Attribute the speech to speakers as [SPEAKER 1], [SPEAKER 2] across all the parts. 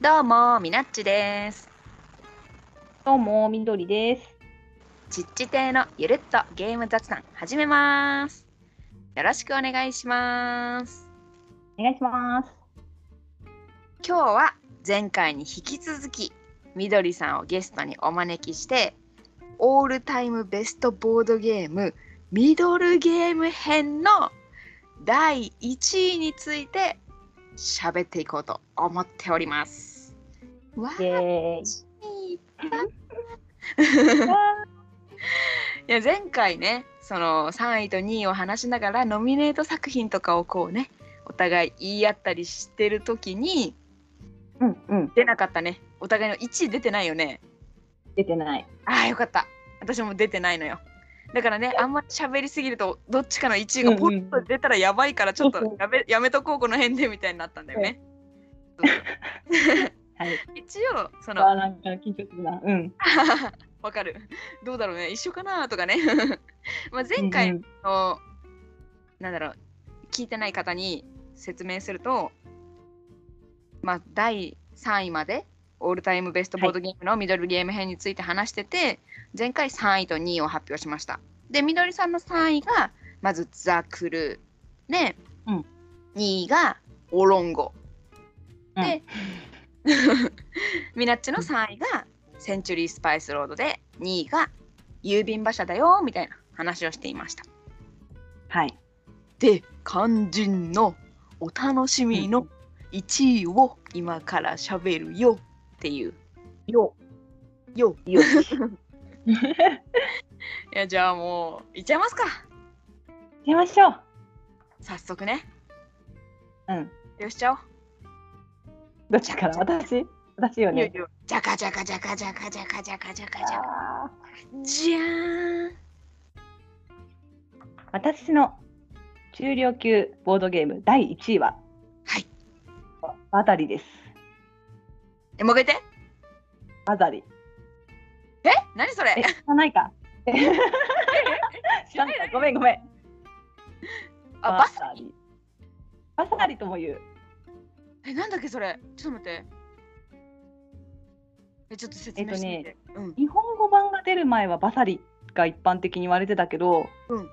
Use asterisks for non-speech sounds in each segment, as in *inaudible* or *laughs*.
[SPEAKER 1] どうも、みなっちです。
[SPEAKER 2] どうも、みどりです。
[SPEAKER 1] ちっち亭のゆるっとゲーム雑談始めます。よろしくお願いします。
[SPEAKER 2] お願いします。
[SPEAKER 1] 今日は前回に引き続き、みどりさんをゲストにお招きして、オールタイムベストボードゲーム、ミドルゲーム編の第1位について喋っていこうと思っております。わ
[SPEAKER 2] イ
[SPEAKER 1] ー
[SPEAKER 2] エーイ。
[SPEAKER 1] い *laughs* や前回ねその3位と2位を話しながらノミネート作品とかをこうねお互い言い合ったりしてる時に
[SPEAKER 2] うんうん、
[SPEAKER 1] 出なかったねお互いの1位出てないよね
[SPEAKER 2] 出てない。
[SPEAKER 1] あーよかった私も出てないのよだからねあんまり喋りすぎるとどっちかの1位がポッと出たらやばいからちょっとやめやめとこうこの辺でみたいになったんだよね、
[SPEAKER 2] はい。
[SPEAKER 1] 一応その
[SPEAKER 2] あ、なんか緊張するな。うん。
[SPEAKER 1] *laughs* わかる。どうだろうね。一緒かなとかね。 *laughs* まあ前回
[SPEAKER 2] うん
[SPEAKER 1] の、なんだろう、聞いてない方に説明すると、まあ、第3位まで、オールタイムベストボードゲームのミドルゲーム編について話してて、前回3位と2位を発表しました。で、みどりさんの3位が、まずザ・クルー。で、
[SPEAKER 2] うん
[SPEAKER 1] 2位がオロンゴ。
[SPEAKER 2] うん
[SPEAKER 1] で、みなっちの3位がセンチュリー・スパイス・ロードで、2位が郵便馬車だよみたいな話をしていました。
[SPEAKER 2] はい。
[SPEAKER 1] で、肝心のお楽しみの1位を今から喋るよっていう。
[SPEAKER 2] よ。
[SPEAKER 1] よ
[SPEAKER 2] よ。
[SPEAKER 1] いや、じゃあもう、いっちゃいますか。
[SPEAKER 2] 出ましょう。
[SPEAKER 1] 早速ね。
[SPEAKER 2] うん。
[SPEAKER 1] よしちゃおう。
[SPEAKER 2] どっちから、私。私よね。
[SPEAKER 1] じゃかじゃかじゃかじゃかじゃかじゃかじゃかじゃか
[SPEAKER 2] あ
[SPEAKER 1] じゃーん
[SPEAKER 2] ー私の中量級ボードゲーム第一位は。
[SPEAKER 1] はい。
[SPEAKER 2] バザリです。
[SPEAKER 1] えもう一回言って
[SPEAKER 2] バザリ。
[SPEAKER 1] え何それ
[SPEAKER 2] え、知らないか。知ら *laughs* ないか。ごめん、ごめん。
[SPEAKER 1] あバス
[SPEAKER 2] ザリ。バザリとも言う。
[SPEAKER 1] えなんだっけそれちょっと待ってえちょっと説明してみて、うん
[SPEAKER 2] 日本語版が出る前はバサリが一般的に言われてたけど、
[SPEAKER 1] うん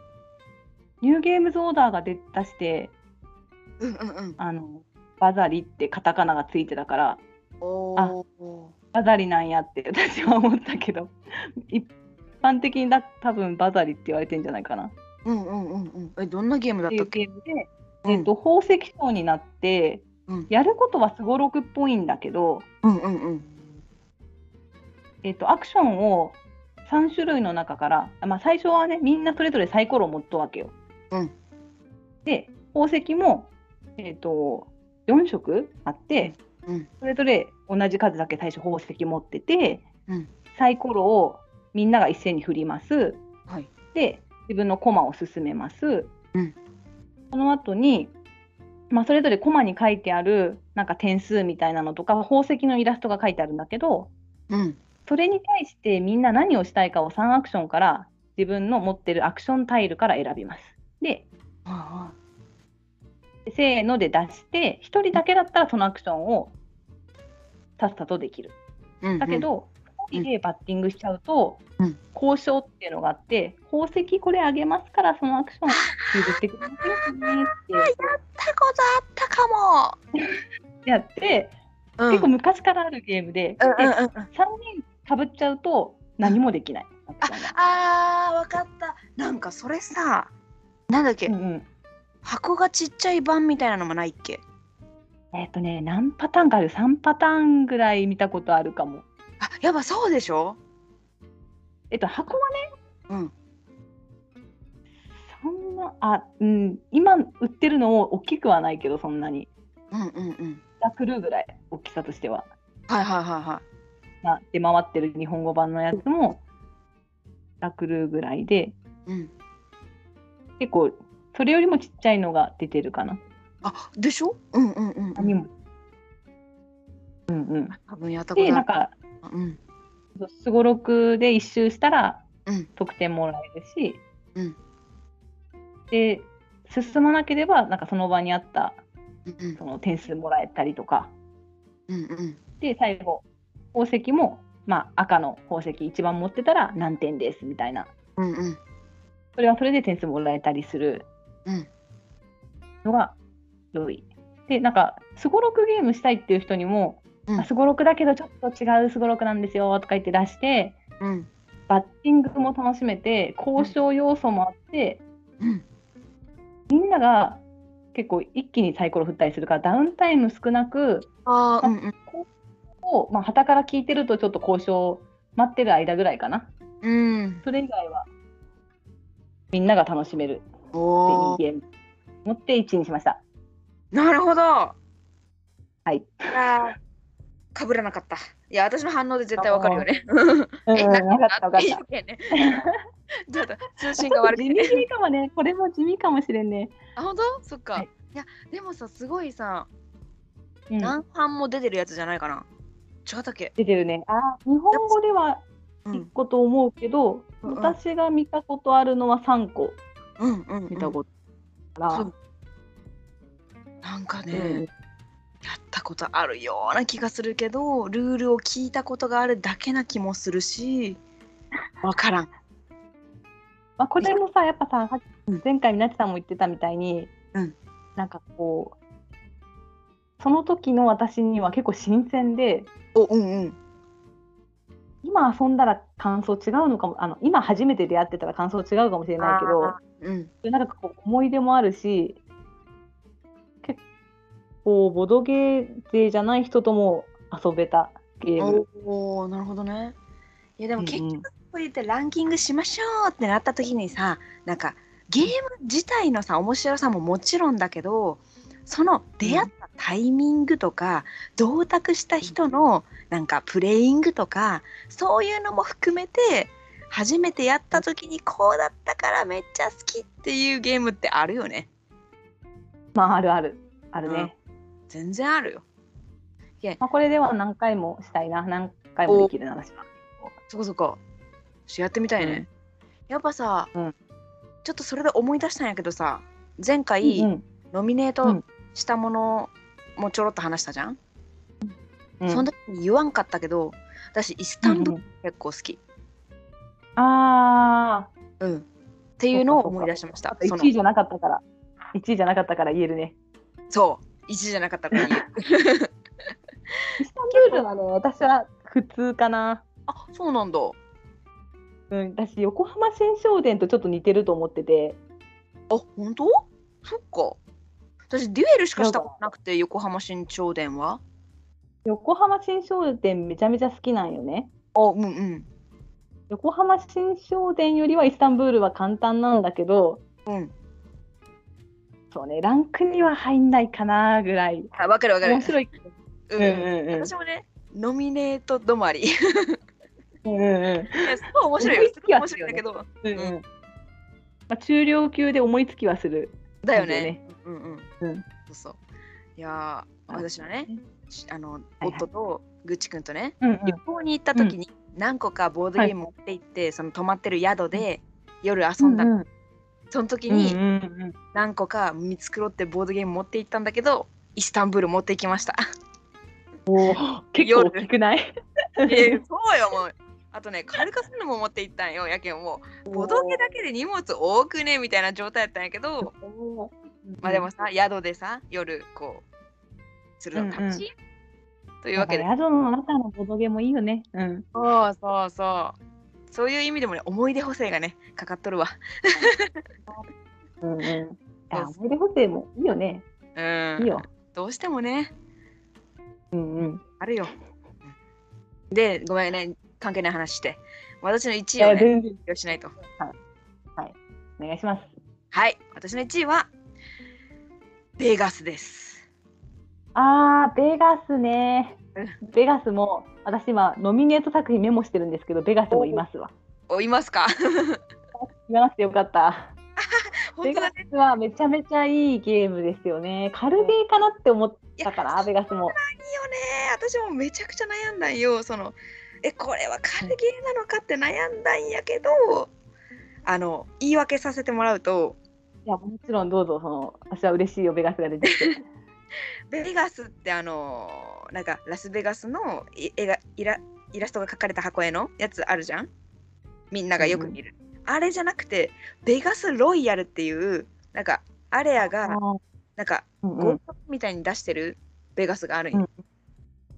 [SPEAKER 2] ニューゲームズオーダーが出出して
[SPEAKER 1] うんうんうん
[SPEAKER 2] あのバザリってカタカナがついてたから
[SPEAKER 1] おお
[SPEAKER 2] バザリなんやって私は思ったけど一般的にだ多分バザリって言われてんじゃないかな。
[SPEAKER 1] うんうんうんうんえどんなゲームだっ
[SPEAKER 2] っ
[SPEAKER 1] て
[SPEAKER 2] い
[SPEAKER 1] たっ
[SPEAKER 2] う
[SPEAKER 1] け
[SPEAKER 2] ゲームで、
[SPEAKER 1] うん
[SPEAKER 2] えっと、宝石商になって、
[SPEAKER 1] うん
[SPEAKER 2] やることはすごろくっぽいんだけど、
[SPEAKER 1] うんうんうん
[SPEAKER 2] えっと、アクションを3種類の中から、まあ、最初はねみんなそれぞれサイコロを持ったわけよ。
[SPEAKER 1] うん
[SPEAKER 2] で宝石も、えっと4色あって、
[SPEAKER 1] うん
[SPEAKER 2] それぞれ同じ数だけ最初宝石持ってて、
[SPEAKER 1] うん
[SPEAKER 2] サイコロをみんなが一斉に振ります。
[SPEAKER 1] はい
[SPEAKER 2] で自分のコマを進めます。
[SPEAKER 1] うん
[SPEAKER 2] その後にまあ、それぞれコマに書いてあるなんか点数みたいなのとか宝石のイラストが書いてあるんだけど、
[SPEAKER 1] うん
[SPEAKER 2] それに対してみんな何をしたいかを3アクションから自分の持ってるアクションタイルから選びます。で、
[SPEAKER 1] あ
[SPEAKER 2] せーので出して、1人だけだったらそのアクションをさっさとできる。
[SPEAKER 1] あ
[SPEAKER 2] だけど、2人でバッティングしちゃうと
[SPEAKER 1] うん、
[SPEAKER 2] 交渉っていうのがあって、宝石これあげますからそのアクション譲ってくださいねっ
[SPEAKER 1] タコとあったか
[SPEAKER 2] てやって、
[SPEAKER 1] も、
[SPEAKER 2] 結構昔からあるゲームで、
[SPEAKER 1] うんうん
[SPEAKER 2] 3
[SPEAKER 1] うんうん
[SPEAKER 2] 人かぶっちゃうと何もできない。
[SPEAKER 1] あーわかったなんかそれさなんだっけ、
[SPEAKER 2] うんうん
[SPEAKER 1] 箱がちっちゃい版みたいなのもないっけ
[SPEAKER 2] えっとね、何パターンかある ?3 パターンぐらい見たことあるかも。
[SPEAKER 1] あやっぱそうでしょ
[SPEAKER 2] えっと、箱はね、
[SPEAKER 1] うん
[SPEAKER 2] そんな、あ、うん、今売ってるのを大きくはないけど、そんなに。
[SPEAKER 1] うんうんうん
[SPEAKER 2] ダクルーぐらい、大きさとしては。
[SPEAKER 1] はいはいはいはい
[SPEAKER 2] な出回ってる日本語版のやつも、ダクルーぐらいで、
[SPEAKER 1] うん、
[SPEAKER 2] 結構、それよりもちっちゃいのが出てるかな。
[SPEAKER 1] あでしょうんうんうんう
[SPEAKER 2] 何
[SPEAKER 1] ん
[SPEAKER 2] も。うんうん。
[SPEAKER 1] 多分やったこと
[SPEAKER 2] で、
[SPEAKER 1] あ
[SPEAKER 2] な
[SPEAKER 1] る
[SPEAKER 2] んか、
[SPEAKER 1] うん
[SPEAKER 2] すごろくで一周したら
[SPEAKER 1] うん
[SPEAKER 2] 得点もらえるし、
[SPEAKER 1] うん
[SPEAKER 2] で進まなければなんかその場にあった
[SPEAKER 1] うん
[SPEAKER 2] その点数もらえたりとか
[SPEAKER 1] うんうん
[SPEAKER 2] で最後宝石も、まあ、赤の宝石一番持ってたら何点ですみたいな
[SPEAKER 1] うんうん
[SPEAKER 2] それはそれで点数もらえたりする
[SPEAKER 1] うん
[SPEAKER 2] のが良い。でなんかすごろくゲームしたいっていう人にも
[SPEAKER 1] うん
[SPEAKER 2] あすごろくだけどちょっと違うすごろくなんですよとか言って出して
[SPEAKER 1] うん
[SPEAKER 2] バッティングも楽しめて交渉要素もあって、
[SPEAKER 1] うん
[SPEAKER 2] みんなが結構一気にサイコロ振ったりするからダウンタイム少なく
[SPEAKER 1] あーうんうん
[SPEAKER 2] をまあ旗から聞いてるとちょっと交渉待ってる間ぐらいかな
[SPEAKER 1] うん
[SPEAKER 2] それ以外はみんなが楽しめるってい
[SPEAKER 1] お
[SPEAKER 2] い
[SPEAKER 1] ー
[SPEAKER 2] ゲーム持って1にしました。
[SPEAKER 1] なるほどはいあかぶらなかったいや私の反応で絶対わかるよね
[SPEAKER 2] うん、
[SPEAKER 1] えな
[SPEAKER 2] 分かった分かっ
[SPEAKER 1] いい
[SPEAKER 2] た
[SPEAKER 1] よ。ねちょっと通信が悪く
[SPEAKER 2] 地
[SPEAKER 1] てね
[SPEAKER 2] 味かもね、これも地味かもしれんね。
[SPEAKER 1] あ本当そっか、
[SPEAKER 2] はい
[SPEAKER 1] い、やでもさすごいさ
[SPEAKER 2] うん、
[SPEAKER 1] 南阪も出てるやつじゃないかな違ったっけ
[SPEAKER 2] 出てるね。あー、日本語では
[SPEAKER 1] う
[SPEAKER 2] 1
[SPEAKER 1] ん
[SPEAKER 2] 個と思うけど、
[SPEAKER 1] うんうん
[SPEAKER 2] 私が見たことあるのは3個
[SPEAKER 1] うんうん、
[SPEAKER 2] 見た
[SPEAKER 1] と
[SPEAKER 2] ことから、
[SPEAKER 1] そうなんかね、
[SPEAKER 2] うん
[SPEAKER 1] やったことあるような気がするけどルールを聞いたことがあるだけな気もするしわからん
[SPEAKER 2] まあ、これもさ、やっぱさ、さっき
[SPEAKER 1] うん
[SPEAKER 2] 前回みなちさんも言ってたみたいに、
[SPEAKER 1] うん
[SPEAKER 2] なんかこう、その時の私には結構新鮮で、
[SPEAKER 1] おうんうん
[SPEAKER 2] 今遊んだら感想違うのかも、あの今初めて出会ってたら感想違うかもしれないけど、
[SPEAKER 1] うん
[SPEAKER 2] なんかこう思い出もあるし結構ボドゲー勢じゃない人とも遊べたゲーム。
[SPEAKER 1] おおなるほどねいやでも結
[SPEAKER 2] う
[SPEAKER 1] 局
[SPEAKER 2] んうん
[SPEAKER 1] こう言ってランキングしましょうってなった時にさなんかゲーム自体のさ面白さももちろんだけどその出会ったタイミングとか、同卓した人のなんかプレイングとかそういうのも含めて初めてやった時にこうだったからめっちゃ好きっていうゲームってあるよね
[SPEAKER 2] まああるあるあるね。
[SPEAKER 1] 全然あるよ
[SPEAKER 2] まあ、これでは何回もしたいな何回もできるな私は。
[SPEAKER 1] そこそこちょっとやってみたいね、やっぱさ、
[SPEAKER 2] うん
[SPEAKER 1] ちょっとそれで思い出したんやけどさ前回、
[SPEAKER 2] うん
[SPEAKER 1] ノミネー
[SPEAKER 2] う
[SPEAKER 1] ト
[SPEAKER 2] ん
[SPEAKER 1] したものもちょろっと話したじゃん、
[SPEAKER 2] うん
[SPEAKER 1] その時に言わんかったけど私イスタンブール結構好き、
[SPEAKER 2] ああ
[SPEAKER 1] うんっていうのを思い出しましたその
[SPEAKER 2] 1位じゃなかったから1位じゃなかったから言えるね。
[SPEAKER 1] そう1じゃなかったから言う
[SPEAKER 2] イスタンブールはね私は普通かな。
[SPEAKER 1] *laughs* あそうなんだ
[SPEAKER 2] うん、私横浜新商店とちょっと似てると思ってて
[SPEAKER 1] あ本当そっか私デュエルしかしたことなくて横浜新潮電は
[SPEAKER 2] 横浜新商店めちゃめちゃ好きなんよね。
[SPEAKER 1] あうんうん
[SPEAKER 2] 横浜新商店よりはイスタンブールは簡単なんだけど
[SPEAKER 1] うん
[SPEAKER 2] そうねランクには入んないかなぐらい
[SPEAKER 1] あ分かる分かる
[SPEAKER 2] 面白いけど
[SPEAKER 1] う、
[SPEAKER 2] うんんうんうん
[SPEAKER 1] 私もねノミネート止
[SPEAKER 2] *laughs*
[SPEAKER 1] まりい
[SPEAKER 2] うんうん
[SPEAKER 1] やすごい面白い
[SPEAKER 2] 思
[SPEAKER 1] よ
[SPEAKER 2] い
[SPEAKER 1] すご
[SPEAKER 2] つ
[SPEAKER 1] い
[SPEAKER 2] き
[SPEAKER 1] 面
[SPEAKER 2] はす
[SPEAKER 1] 白い
[SPEAKER 2] る
[SPEAKER 1] ん
[SPEAKER 2] よ
[SPEAKER 1] だ
[SPEAKER 2] ね
[SPEAKER 1] けど
[SPEAKER 2] うんうんまあ、中量級で思いつきはする
[SPEAKER 1] だよ
[SPEAKER 2] いいよ
[SPEAKER 1] ね
[SPEAKER 2] ね。
[SPEAKER 1] うんうん。
[SPEAKER 2] うん
[SPEAKER 1] そうそう。いやー、
[SPEAKER 2] はい
[SPEAKER 1] 私はね、しあの、
[SPEAKER 2] はい
[SPEAKER 1] 夫とぐっちくんとね、
[SPEAKER 2] うんうん
[SPEAKER 1] 旅行に行った時に何個かボードゲーム持って行って、その泊まってる宿で夜遊んだの。
[SPEAKER 2] うん
[SPEAKER 1] その時
[SPEAKER 2] うん
[SPEAKER 1] に
[SPEAKER 2] うんうん
[SPEAKER 1] 何個か見繕ってボードゲーム持って行ったんだけど、イスタンブール持って行きました。
[SPEAKER 2] おー結構大きくない
[SPEAKER 1] いや *laughs* そうよ、もう。あとね、軽かすのも持って行ったんよ、やけんもう、ボドゲだけで荷物多くねみたいな状態やったんやけど、
[SPEAKER 2] おー
[SPEAKER 1] まあでもさ、宿でさ、夜こう、するの楽しい、という
[SPEAKER 2] な
[SPEAKER 1] わ
[SPEAKER 2] ん
[SPEAKER 1] け
[SPEAKER 2] か
[SPEAKER 1] で、
[SPEAKER 2] 宿の中のボドゲもいいよね。うん。
[SPEAKER 1] そうそうそう。そういう意味でもね、思い出補正がね、かかっとるわ。
[SPEAKER 2] うんうん。いや
[SPEAKER 1] そう
[SPEAKER 2] 思い出補正もいいよね。
[SPEAKER 1] うん。
[SPEAKER 2] いいよ。
[SPEAKER 1] どうしてもね、
[SPEAKER 2] うんうん。
[SPEAKER 1] あるよ。で、ごめんね、関係ない話して。私の1
[SPEAKER 2] い
[SPEAKER 1] 位を
[SPEAKER 2] や
[SPEAKER 1] ね、
[SPEAKER 2] 全然。
[SPEAKER 1] 発表しないと。
[SPEAKER 2] お願いします。
[SPEAKER 1] はい、私の1位は、ベガスです。
[SPEAKER 2] あー、ベガスね
[SPEAKER 1] う。
[SPEAKER 2] ベガスも、私今、ノミネート作品メモしてるんですけど、ベガスもいますわ。
[SPEAKER 1] お、いますか *laughs*
[SPEAKER 2] いなくてよかった。
[SPEAKER 1] 本
[SPEAKER 2] ベ
[SPEAKER 1] 当
[SPEAKER 2] ガ
[SPEAKER 1] だね。
[SPEAKER 2] スはめちゃめちゃいいゲームですよね。軽ゲーかなって思ったか
[SPEAKER 1] いや
[SPEAKER 2] ら、ベガスも。
[SPEAKER 1] いいよね。私もめちゃくちゃ悩んだんよ。その、え、これは軽ゲーなのかって悩んだんやけど、あの、言い訳させてもらうと、
[SPEAKER 2] いや、もちろんどうぞ、その、私は嬉しいよ、ベガスが出てきて。
[SPEAKER 1] ベガスってあのなんかラスベガスのい絵がイライラストが描かれた箱絵のやつあるじゃんみんながよく見る、あれじゃなくてベガスロイヤルっていうなんかアレア *laughs* が
[SPEAKER 2] あー
[SPEAKER 1] なんか
[SPEAKER 2] うんう
[SPEAKER 1] 合
[SPEAKER 2] ん
[SPEAKER 1] コンみたいに出してるベガスがあるんよ、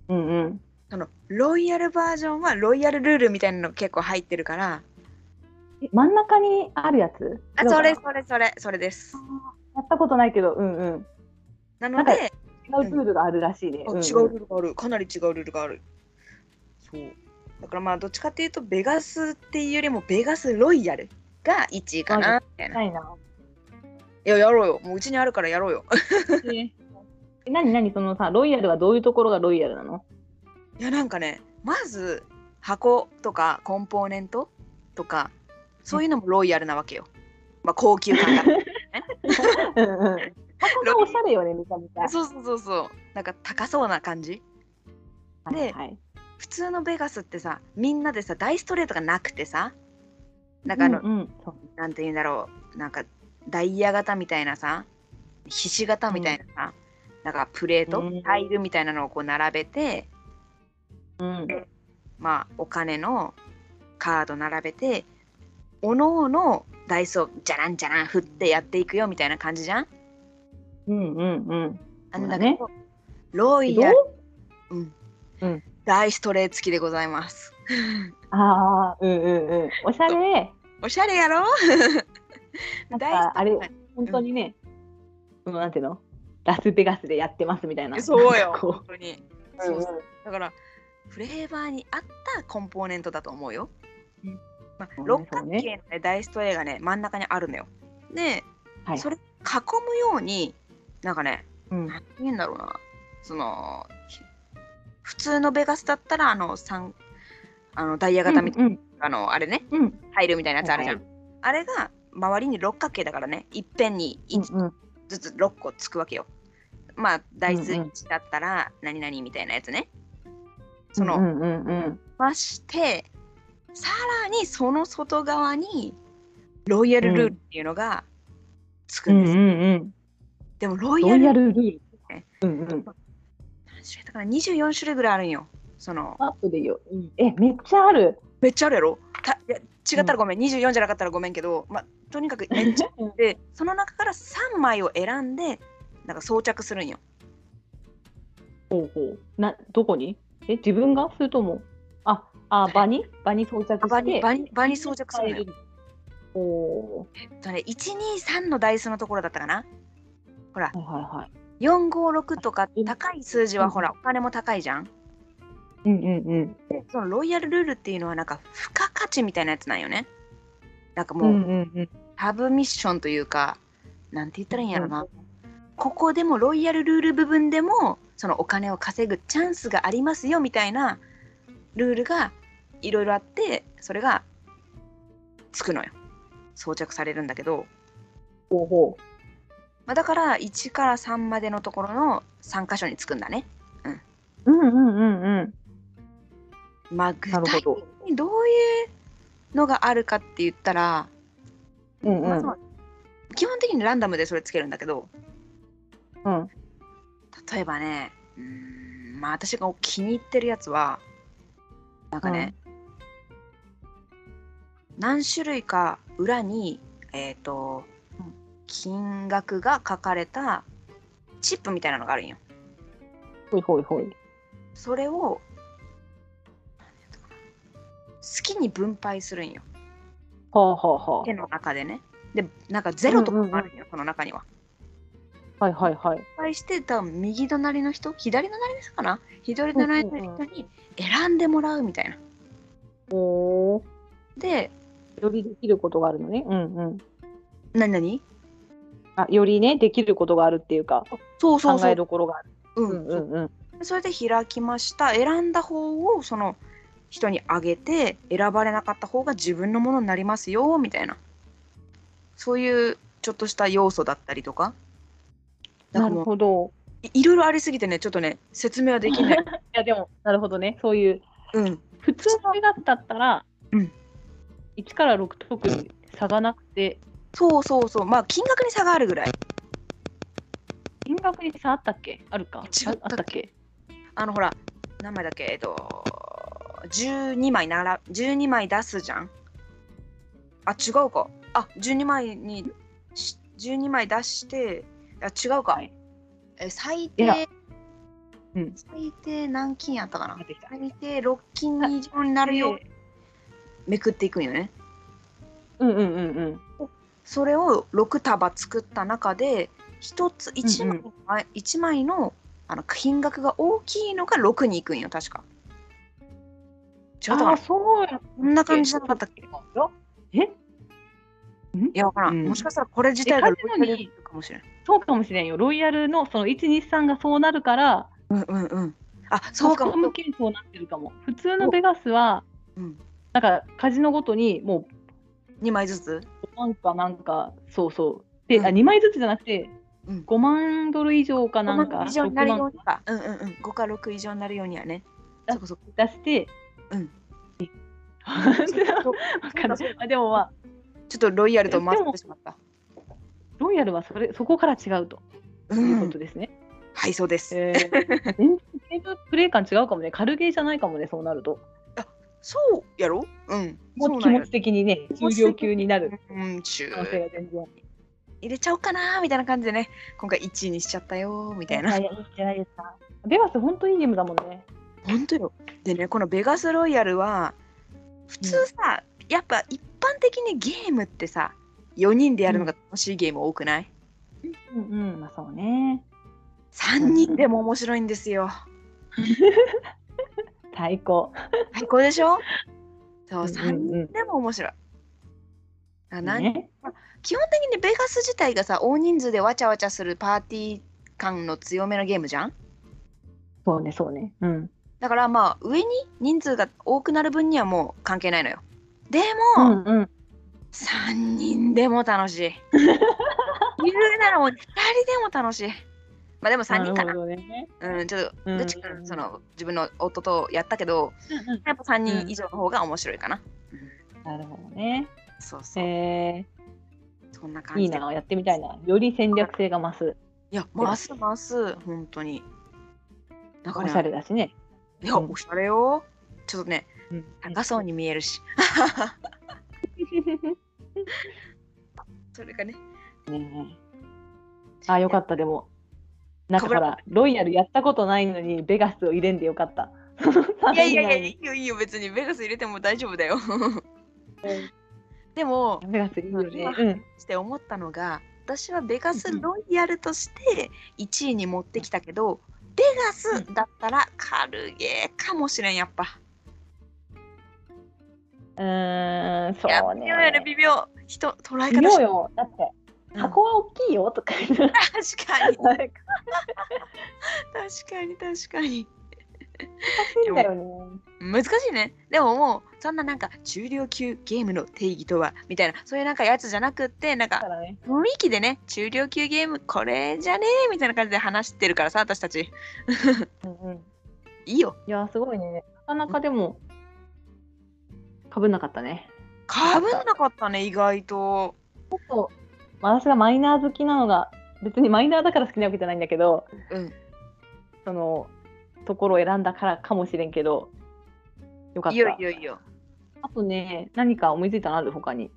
[SPEAKER 2] うんうんうん
[SPEAKER 1] そのロイヤルバージョンはロイヤルルールみたいなの結構入ってるから
[SPEAKER 2] え真ん中にあるやつ
[SPEAKER 1] あそれ
[SPEAKER 2] 違うか
[SPEAKER 1] それそれそれです
[SPEAKER 2] なやったことないけどうんうん
[SPEAKER 1] なの
[SPEAKER 2] なん
[SPEAKER 1] で
[SPEAKER 2] 違うルールがあるらしいね、
[SPEAKER 1] あ
[SPEAKER 2] んん
[SPEAKER 1] 違うルールがあるかなり違うルールがあるそうだからまあどっちかっていうとベガスっていうよりもベガスロイヤルが1位かなみたいな、い、
[SPEAKER 2] ないな
[SPEAKER 1] ややろうよもううちにあるからやろうよ *laughs*
[SPEAKER 2] え何何そのさロイヤルはどういうところがロイヤル
[SPEAKER 1] *laughs*
[SPEAKER 2] なの
[SPEAKER 1] いやなんかねまず箱とかコンポーネントとかそういうのもロイヤルなわけよまあ高級感が
[SPEAKER 2] *laughs* うんうん箱がおしゃれよねめちゃめちゃ
[SPEAKER 1] そうそうそうそうなんか高そうな感じで
[SPEAKER 2] はい
[SPEAKER 1] 普通のベガスってさみんなでさ大ストレートがなくてさなんかあの、
[SPEAKER 2] うんうんそう
[SPEAKER 1] なんて言うんだろうなんかダイヤ型みたいなさひし形みたいなさ、なんかプレート、
[SPEAKER 2] うん
[SPEAKER 1] タイルみたいなのをこう並べて
[SPEAKER 2] うん
[SPEAKER 1] まあお金のカード並べておのおのダイスをじゃらんじゃらん振ってやっていくよみたいな感じじゃん
[SPEAKER 2] うんうんうん
[SPEAKER 1] あ
[SPEAKER 2] そ
[SPEAKER 1] の
[SPEAKER 2] う
[SPEAKER 1] だ
[SPEAKER 2] だ
[SPEAKER 1] け
[SPEAKER 2] ね
[SPEAKER 1] どロイ
[SPEAKER 2] ど
[SPEAKER 1] ヤル
[SPEAKER 2] う
[SPEAKER 1] 大ストレー付きでございます
[SPEAKER 2] ああうんうんうんおしゃれ
[SPEAKER 1] おしゃれやろ *laughs*
[SPEAKER 2] なん
[SPEAKER 1] ダイス
[SPEAKER 2] かあれ本当にね、そのなんていうのラスベガスでやってますみたいな
[SPEAKER 1] そうよ
[SPEAKER 2] *laughs* こ
[SPEAKER 1] 本当に
[SPEAKER 2] う
[SPEAKER 1] そうそうだからフレーバーに合ったコンポーネントだと思うよ。
[SPEAKER 2] うん
[SPEAKER 1] まあ、
[SPEAKER 2] そうね
[SPEAKER 1] 六角形の、ね、ダイストレイがね真ん中にあるのよ。で、
[SPEAKER 2] はい
[SPEAKER 1] それ囲むようになんかね
[SPEAKER 2] うん
[SPEAKER 1] 何て言うんだろうなそのひ普通のベガスだったらあの三あのダイヤ型みたい
[SPEAKER 2] うん
[SPEAKER 1] な、あのあれね
[SPEAKER 2] うんうん
[SPEAKER 1] タイルみたいなやつあるじゃん。
[SPEAKER 2] は
[SPEAKER 1] あれが周りに六角形だからねいっぺんに
[SPEAKER 2] うん
[SPEAKER 1] 1
[SPEAKER 2] うん
[SPEAKER 1] ずつ6個つくわけよ。まあダイス
[SPEAKER 2] うんうん
[SPEAKER 1] 1だったら何々みたいなやつね。その、
[SPEAKER 2] うんうんうん
[SPEAKER 1] ましてさらにその外側にロイヤルルールっていうのがつく
[SPEAKER 2] うんん
[SPEAKER 1] です、
[SPEAKER 2] うんうん
[SPEAKER 1] でもロイ
[SPEAKER 2] ロ
[SPEAKER 1] ヤル
[SPEAKER 2] イ
[SPEAKER 1] ルー
[SPEAKER 2] ヤ
[SPEAKER 1] ル
[SPEAKER 2] ルルールうんうん
[SPEAKER 1] だから24種類ぐらいあるんよその
[SPEAKER 2] あとでよえめっちゃある
[SPEAKER 1] めっちゃあるやろたいや違ったらごめん、24じゃなかったらごめんけど、まあ、とにかくめっちゃ
[SPEAKER 2] うん
[SPEAKER 1] でその中から3枚を選んでなんか装着するんよ
[SPEAKER 2] ほうほう *laughs* などこにえ自分がそれともああ場に場に装着して
[SPEAKER 1] あ場に場に場に装着するのよ
[SPEAKER 2] おお
[SPEAKER 1] えっとね123のダイスのところだったかな
[SPEAKER 2] ーはいはいはい
[SPEAKER 1] 456とか高い数字はほらお金も高いじゃん
[SPEAKER 2] うんうんうん
[SPEAKER 1] そのロイヤルルールっていうのはなんか付加価値みたいなやつなんよね。なんか
[SPEAKER 2] う
[SPEAKER 1] も
[SPEAKER 2] ん
[SPEAKER 1] う
[SPEAKER 2] うんうん
[SPEAKER 1] タブミッションというか、なんて言ったらいいんやろな。ここでもロイヤルルール部分でもそのお金を稼ぐチャンスがありますよみたいなルールがいろいろあってそれがつくのよ装着されるんだけど、
[SPEAKER 2] ほうほう
[SPEAKER 1] まあ、だから1から3までのところの3箇所につくんだね。
[SPEAKER 2] うんうんうんうん
[SPEAKER 1] まあ、具
[SPEAKER 2] なる
[SPEAKER 1] 体
[SPEAKER 2] ほ
[SPEAKER 1] 的
[SPEAKER 2] ど
[SPEAKER 1] にどういうのがあるかって言ったら
[SPEAKER 2] うんうん
[SPEAKER 1] まずは基本的にランダムでそれつけるんだけど
[SPEAKER 2] うん
[SPEAKER 1] 例えばねうーんまあ私が気に入ってるやつはなんかね、何種類か裏にえっ、と
[SPEAKER 2] うん
[SPEAKER 1] 金額が書かれたチップみたいなのがあるんよ。
[SPEAKER 2] ほいほいほい
[SPEAKER 1] それを好きに分配するんよ
[SPEAKER 2] はあはあは
[SPEAKER 1] 手の中でね。でなんかゼロとかもあるんよ、その中には。
[SPEAKER 2] あはいはいはい
[SPEAKER 1] 配して多分右隣の人左隣の人かな左隣の人に選んでもらうみたいな。
[SPEAKER 2] おお
[SPEAKER 1] で
[SPEAKER 2] よりできることがあるのねうんうん
[SPEAKER 1] 何何
[SPEAKER 2] あよりねできることがあるっていうか
[SPEAKER 1] そうそう
[SPEAKER 2] 考
[SPEAKER 1] そう
[SPEAKER 2] え。どころがある
[SPEAKER 1] う
[SPEAKER 2] う
[SPEAKER 1] ん
[SPEAKER 2] んう
[SPEAKER 1] そうん
[SPEAKER 2] うん
[SPEAKER 1] それで開きました選んだ方をその人にあげて選ばれなかった方が自分のものになりますよみたいなそういうちょっとした要素だったりとか。な
[SPEAKER 2] な
[SPEAKER 1] か
[SPEAKER 2] んる
[SPEAKER 1] もう
[SPEAKER 2] ほど
[SPEAKER 1] いいろいろありすぎてねちょっとね説明はでき
[SPEAKER 2] *laughs*
[SPEAKER 1] ない。
[SPEAKER 2] いやでもなるほどねそういう
[SPEAKER 1] うん、
[SPEAKER 2] 普通の絵だったったら、
[SPEAKER 1] うん
[SPEAKER 2] 1から6特に差がなくて
[SPEAKER 1] そうそうそうまあ金額に差があるぐらい。
[SPEAKER 2] 金額学にさあったっけあるか
[SPEAKER 1] 違ったっけ
[SPEAKER 2] ああったっけ
[SPEAKER 1] あのほら何枚だっけえっと12枚なら12枚出すじゃんあ違うかあ12枚にし12枚出してあ違うか、
[SPEAKER 2] はい
[SPEAKER 1] え最
[SPEAKER 2] いや
[SPEAKER 1] 低
[SPEAKER 2] うん
[SPEAKER 1] 最低何金やったかな
[SPEAKER 2] 出てきた
[SPEAKER 1] 最低6金以上になるようめくっていくんよね
[SPEAKER 2] うんうんうんうん
[SPEAKER 1] それを6束作った中で一つ1枚,、
[SPEAKER 2] うん
[SPEAKER 1] 一枚のあの金額が大きいのが6にいくんよ確か違ったか
[SPEAKER 2] あ
[SPEAKER 1] な
[SPEAKER 2] ーそうや
[SPEAKER 1] こんな感じじゃなかったっけい
[SPEAKER 2] え
[SPEAKER 1] やわからん、
[SPEAKER 2] うん
[SPEAKER 1] もしかしたらこれ自体が
[SPEAKER 2] えカジノに
[SPEAKER 1] ロイヤルかもしれん
[SPEAKER 2] そうかもしれんよロイヤルのその123がそうなるから
[SPEAKER 1] うんうんうんあそうか
[SPEAKER 2] カ
[SPEAKER 1] も
[SPEAKER 2] ジノ向けにそうなってるかも普通のベガスは
[SPEAKER 1] うん、
[SPEAKER 2] なんかカジノごとにもう
[SPEAKER 1] 2枚ずつ
[SPEAKER 2] 5万かなんか、そうそう。で、
[SPEAKER 1] う
[SPEAKER 2] あ
[SPEAKER 1] ん
[SPEAKER 2] 2枚ずつじゃなくて、
[SPEAKER 1] うん
[SPEAKER 2] 5万ドル以上
[SPEAKER 1] 5
[SPEAKER 2] かなんか、
[SPEAKER 1] 万以上になるよ
[SPEAKER 2] 6
[SPEAKER 1] う
[SPEAKER 2] 万
[SPEAKER 1] にかうんうんうん5か6以上になるようにはね
[SPEAKER 2] あ
[SPEAKER 1] そこそこ
[SPEAKER 2] 出して、
[SPEAKER 1] うん。
[SPEAKER 2] わかる
[SPEAKER 1] *laughs*
[SPEAKER 2] あでもまあ、
[SPEAKER 1] ちょっとロイヤルと混ざってしまった
[SPEAKER 2] ロイヤルはそれそこから違うと
[SPEAKER 1] う
[SPEAKER 2] いうこ
[SPEAKER 1] ん
[SPEAKER 2] とですね。
[SPEAKER 1] はいそうです、
[SPEAKER 2] えー全然ゲームプレイ感違うかもね。軽ゲーじゃないかもね、そうなると。
[SPEAKER 1] そうやろうん
[SPEAKER 2] も
[SPEAKER 1] そうう
[SPEAKER 2] 気
[SPEAKER 1] なんや
[SPEAKER 2] 持ち的にね、重量級になる
[SPEAKER 1] うん中
[SPEAKER 2] 可能性が全然。
[SPEAKER 1] 入れちゃおうかなーみたいな感じでね今回1位にしちゃったよーみたいな
[SPEAKER 2] はいいいんじゃないですか。ベガス、本当いいゲームだもんね。
[SPEAKER 1] 本当よでねこのベガスロイヤルは普通さ、やっぱ一般的にゲームってさ4人でやるのが楽しいゲーム多くない、
[SPEAKER 2] うんうん、まあそうね。
[SPEAKER 1] ?3 人でも面白いんですよ
[SPEAKER 2] 最高。
[SPEAKER 1] 最高でしょそう
[SPEAKER 2] うん
[SPEAKER 1] 3人
[SPEAKER 2] うんうん
[SPEAKER 1] でも面白いあなん
[SPEAKER 2] ね
[SPEAKER 1] 基本的にベガス自体がさ大人数でわちゃわちゃするパーティー感の強めのゲームじゃん
[SPEAKER 2] そうね、そうね。うん。
[SPEAKER 1] だからまあ上に人数が多くなる分にはもう関係ないのよで
[SPEAKER 2] う
[SPEAKER 1] も、
[SPEAKER 2] んうん。
[SPEAKER 1] 3人でも楽
[SPEAKER 2] *laughs*
[SPEAKER 1] しい。言うならもう2人でも楽しい。まあでも3人かな。
[SPEAKER 2] るほどね。
[SPEAKER 1] うん、ちょっ
[SPEAKER 2] う
[SPEAKER 1] と、
[SPEAKER 2] ん
[SPEAKER 1] どっちかその自分の夫とやったけど、やっぱ3人以上の方が面白いかな。
[SPEAKER 2] なるほどね。
[SPEAKER 1] そうそう、
[SPEAKER 2] え
[SPEAKER 1] そんな感
[SPEAKER 2] ー、い
[SPEAKER 1] じ
[SPEAKER 2] い
[SPEAKER 1] で。
[SPEAKER 2] な、やってみたいな。より戦略性が増す。
[SPEAKER 1] いや、回す回す、本当に。だか
[SPEAKER 2] お
[SPEAKER 1] ら、
[SPEAKER 2] しゃれだしね。
[SPEAKER 1] いや、おしゃれよ。ちょっとね、
[SPEAKER 2] うん
[SPEAKER 1] 高そうに見えるし。それがね、
[SPEAKER 2] ねあ、よかった、でも。なんかほら、ロイヤルやったことないのに、ベガスを入れんでよかった。
[SPEAKER 1] いやいやいや、いいよいいよ、別にベガス入れても大丈夫だよ。でも、
[SPEAKER 2] ベガスいいよね。
[SPEAKER 1] って思ったのが私はベガスロイヤルとして1位に持ってきたけどベガスだったら軽ゲーかもしれんやっぱ。
[SPEAKER 2] うん。うーん、そ
[SPEAKER 1] いや
[SPEAKER 2] う
[SPEAKER 1] 微妙やね
[SPEAKER 2] ね。
[SPEAKER 1] 微妙人捉え
[SPEAKER 2] 見
[SPEAKER 1] 方
[SPEAKER 2] よう
[SPEAKER 1] し
[SPEAKER 2] よ。だって、
[SPEAKER 1] うん
[SPEAKER 2] 箱は大きいよとか言っ
[SPEAKER 1] *laughs*
[SPEAKER 2] て。
[SPEAKER 1] 確かに確
[SPEAKER 2] 難し
[SPEAKER 1] かに *laughs* 確かに
[SPEAKER 2] いんだよね。
[SPEAKER 1] 難しいねでももうそんななんか中量級ゲームの定義とはみたいなそういうなんかやつじゃなくってなん
[SPEAKER 2] だか
[SPEAKER 1] から
[SPEAKER 2] ね。
[SPEAKER 1] 雰囲気でね中量級ゲームこれじゃねえみたいな感じで話してるからさ私たち
[SPEAKER 2] うんうん。
[SPEAKER 1] いいよ
[SPEAKER 2] いやーすごいね。なかなかでも、かぶんなかったね。
[SPEAKER 1] かぶんなかったね意外と
[SPEAKER 2] まあ私がマイナー好きなのが、別にマイナーだから好きなわけじゃないんだけど、
[SPEAKER 1] うん
[SPEAKER 2] そのところを選んだからかもしれんけど、よかっ
[SPEAKER 1] い
[SPEAKER 2] た。
[SPEAKER 1] いよいいよいいよ
[SPEAKER 2] あとね、何か思いついたのある他に。
[SPEAKER 1] い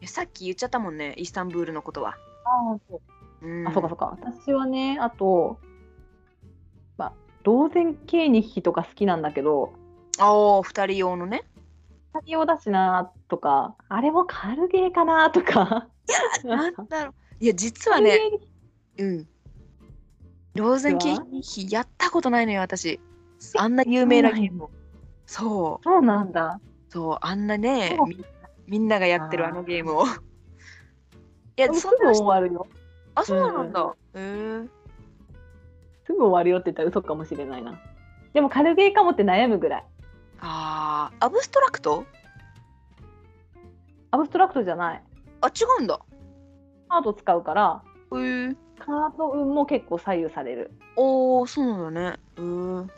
[SPEAKER 1] やさっき言っちゃったもんねイスタンブールのことは、
[SPEAKER 2] ああ、そう。
[SPEAKER 1] うん
[SPEAKER 2] あ、そうかそうか。私はね、あと、まあ、ローゼンケーニヒとか好きなんだけど、
[SPEAKER 1] あお二人用の
[SPEAKER 2] *laughs*
[SPEAKER 1] ね
[SPEAKER 2] 作業だしなとか、あれも軽ゲーかなとか。
[SPEAKER 1] *laughs* なんだろういや実は
[SPEAKER 2] 軽ゲ
[SPEAKER 1] ね
[SPEAKER 2] ー
[SPEAKER 1] うんローゼンケーキやったことないのよ私あんな有名なゲームそ
[SPEAKER 2] そうなんだ。
[SPEAKER 1] うそうあんなね
[SPEAKER 2] そう
[SPEAKER 1] みみんながやってる
[SPEAKER 2] あー
[SPEAKER 1] あのゲームをいや
[SPEAKER 2] す
[SPEAKER 1] そ
[SPEAKER 2] ぐ
[SPEAKER 1] ん
[SPEAKER 2] 終
[SPEAKER 1] な
[SPEAKER 2] わるよ。
[SPEAKER 1] あそうなんだ、へえ
[SPEAKER 2] すぐ終わるよって言ったら嘘かもしれないな。でも軽ゲーかもって悩むぐらい。
[SPEAKER 1] あーアブストラクト
[SPEAKER 2] アブストラクトじゃない。
[SPEAKER 1] あ違うんだ
[SPEAKER 2] カード使うから、
[SPEAKER 1] へえ
[SPEAKER 2] カード運も結構左右される。
[SPEAKER 1] おーそうなんだねへー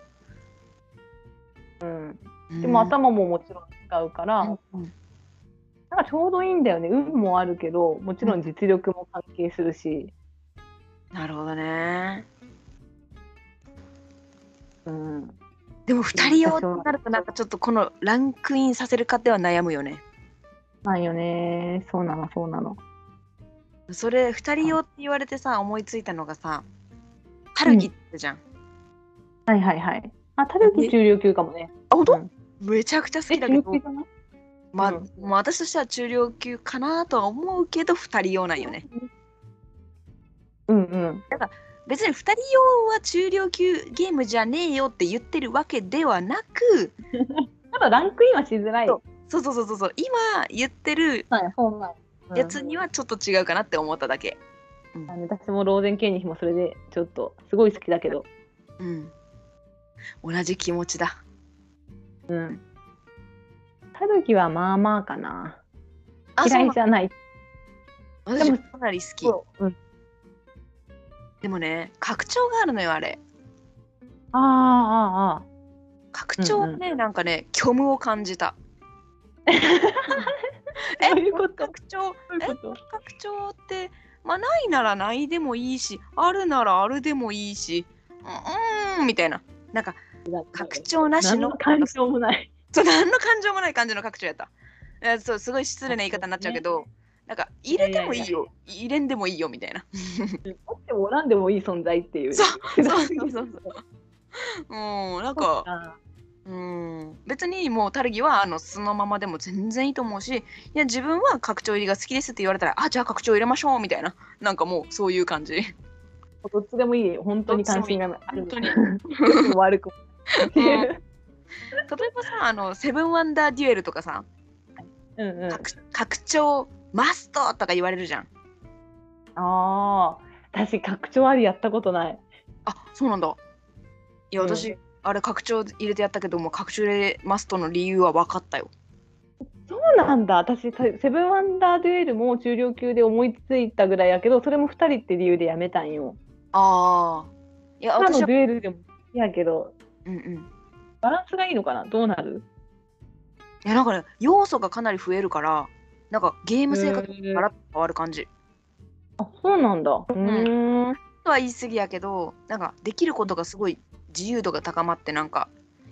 [SPEAKER 2] うん、
[SPEAKER 1] うん
[SPEAKER 2] でも頭ももちろん使うから、
[SPEAKER 1] うん
[SPEAKER 2] なんかちょうどいいんだよね。運もあるけど、もちろん実力も関係するし、
[SPEAKER 1] なるほどね。
[SPEAKER 2] うん。
[SPEAKER 1] でも2人用となるとなんかちょっとこのランクインさせるかでは悩むよね。
[SPEAKER 2] ないよね。そうなの、そうなの。
[SPEAKER 1] それ2人用って言われてさ思いついたのがさ春樹ってじゃん。
[SPEAKER 2] はいはいはい。あ、たるき中量級かもね。
[SPEAKER 1] あほんと
[SPEAKER 2] うん
[SPEAKER 1] めちゃくちゃ好
[SPEAKER 2] え、
[SPEAKER 1] きだ
[SPEAKER 2] 中
[SPEAKER 1] けど
[SPEAKER 2] 量級、かな
[SPEAKER 1] まあ、
[SPEAKER 2] うん
[SPEAKER 1] まあ私としては中量級かなとは思うけど2人用なんよね。
[SPEAKER 2] うんうん。
[SPEAKER 1] 別に2人用は中量級ゲームじゃねえよって言ってるわけではなく
[SPEAKER 2] ただランクインはしづらい。
[SPEAKER 1] そうそうそうそうそうそう今言ってる
[SPEAKER 2] はい、そうなの
[SPEAKER 1] やつにはちょっと違うかなって思っただけ。
[SPEAKER 2] あの私もローゼンケーニヒもそれでちょっとすごい好きだけど、
[SPEAKER 1] うん、同じ気持ちだ。
[SPEAKER 2] うん。たぬきはまあまあかな。
[SPEAKER 1] あ
[SPEAKER 2] 嫌
[SPEAKER 1] そう
[SPEAKER 2] いじゃない。
[SPEAKER 1] なの
[SPEAKER 2] で
[SPEAKER 1] 私
[SPEAKER 2] も
[SPEAKER 1] もかなり好き。
[SPEAKER 2] そううん、
[SPEAKER 1] でもね拡張があるのよあれ
[SPEAKER 2] あああああ
[SPEAKER 1] 拡張はね、なんかね虚無を感じ
[SPEAKER 2] *laughs*
[SPEAKER 1] た
[SPEAKER 2] あ。
[SPEAKER 1] *laughs* え
[SPEAKER 2] そういうこと。
[SPEAKER 1] 拡張
[SPEAKER 2] そういうこと。
[SPEAKER 1] 拡張ってまあないならないでもいいしあるならあるでもいいしううーんみたいななんか拡張なし
[SPEAKER 2] 何
[SPEAKER 1] の
[SPEAKER 2] の感情もない。
[SPEAKER 1] そう何の感情もない感じの拡張やったいやそうすごい失礼な言い方になっちゃうけど、なんか入れてもいいよ入れんでもいいよみたいな
[SPEAKER 2] 持ってもおらんでもいい存在ってい
[SPEAKER 1] *laughs*
[SPEAKER 2] う。
[SPEAKER 1] そうそうそうそううんなんか
[SPEAKER 2] *laughs* あ
[SPEAKER 1] うん別にもうタルギはあの素のままでも全然いいと思うしいや自分は拡張入りが好きですって言われたらあじゃあ拡張入れましょうみたいななんかもうそういう感じ
[SPEAKER 2] ーどっちでもいいよ。本当に関心があ
[SPEAKER 1] ど
[SPEAKER 2] る。
[SPEAKER 1] っちでもいい
[SPEAKER 2] 良くも
[SPEAKER 1] *laughs*
[SPEAKER 2] 悪くも。っていう
[SPEAKER 1] 例えばさあの「セブンワンダーデュエル」とかさ
[SPEAKER 2] *laughs* うんうん。
[SPEAKER 1] 拡拡張マストとか言われるじゃん
[SPEAKER 2] ああ。私拡張ありやったことない。
[SPEAKER 1] あそうなんだいや
[SPEAKER 2] うん
[SPEAKER 1] 私、あれ拡張入れてやったけども拡張入れマストの理由は分かったよ
[SPEAKER 2] そうなんだ私たセブンワンダーデュエルも中量級で思いついたぐらいやけどそれも2人って理由でやめたんよ
[SPEAKER 1] ああいや
[SPEAKER 2] 他
[SPEAKER 1] 私
[SPEAKER 2] の
[SPEAKER 1] は
[SPEAKER 2] デュエルでも好きやけど
[SPEAKER 1] うんうん
[SPEAKER 2] バランスがいいのかなどうなる
[SPEAKER 1] いやなんかね要素がかなり増えるからなんかゲーム性格
[SPEAKER 2] へー
[SPEAKER 1] がガラッと変わる感じ
[SPEAKER 2] あそうなんだうーん
[SPEAKER 1] とは言い過ぎやけどなんかできることがすごい自由度が高まってなんか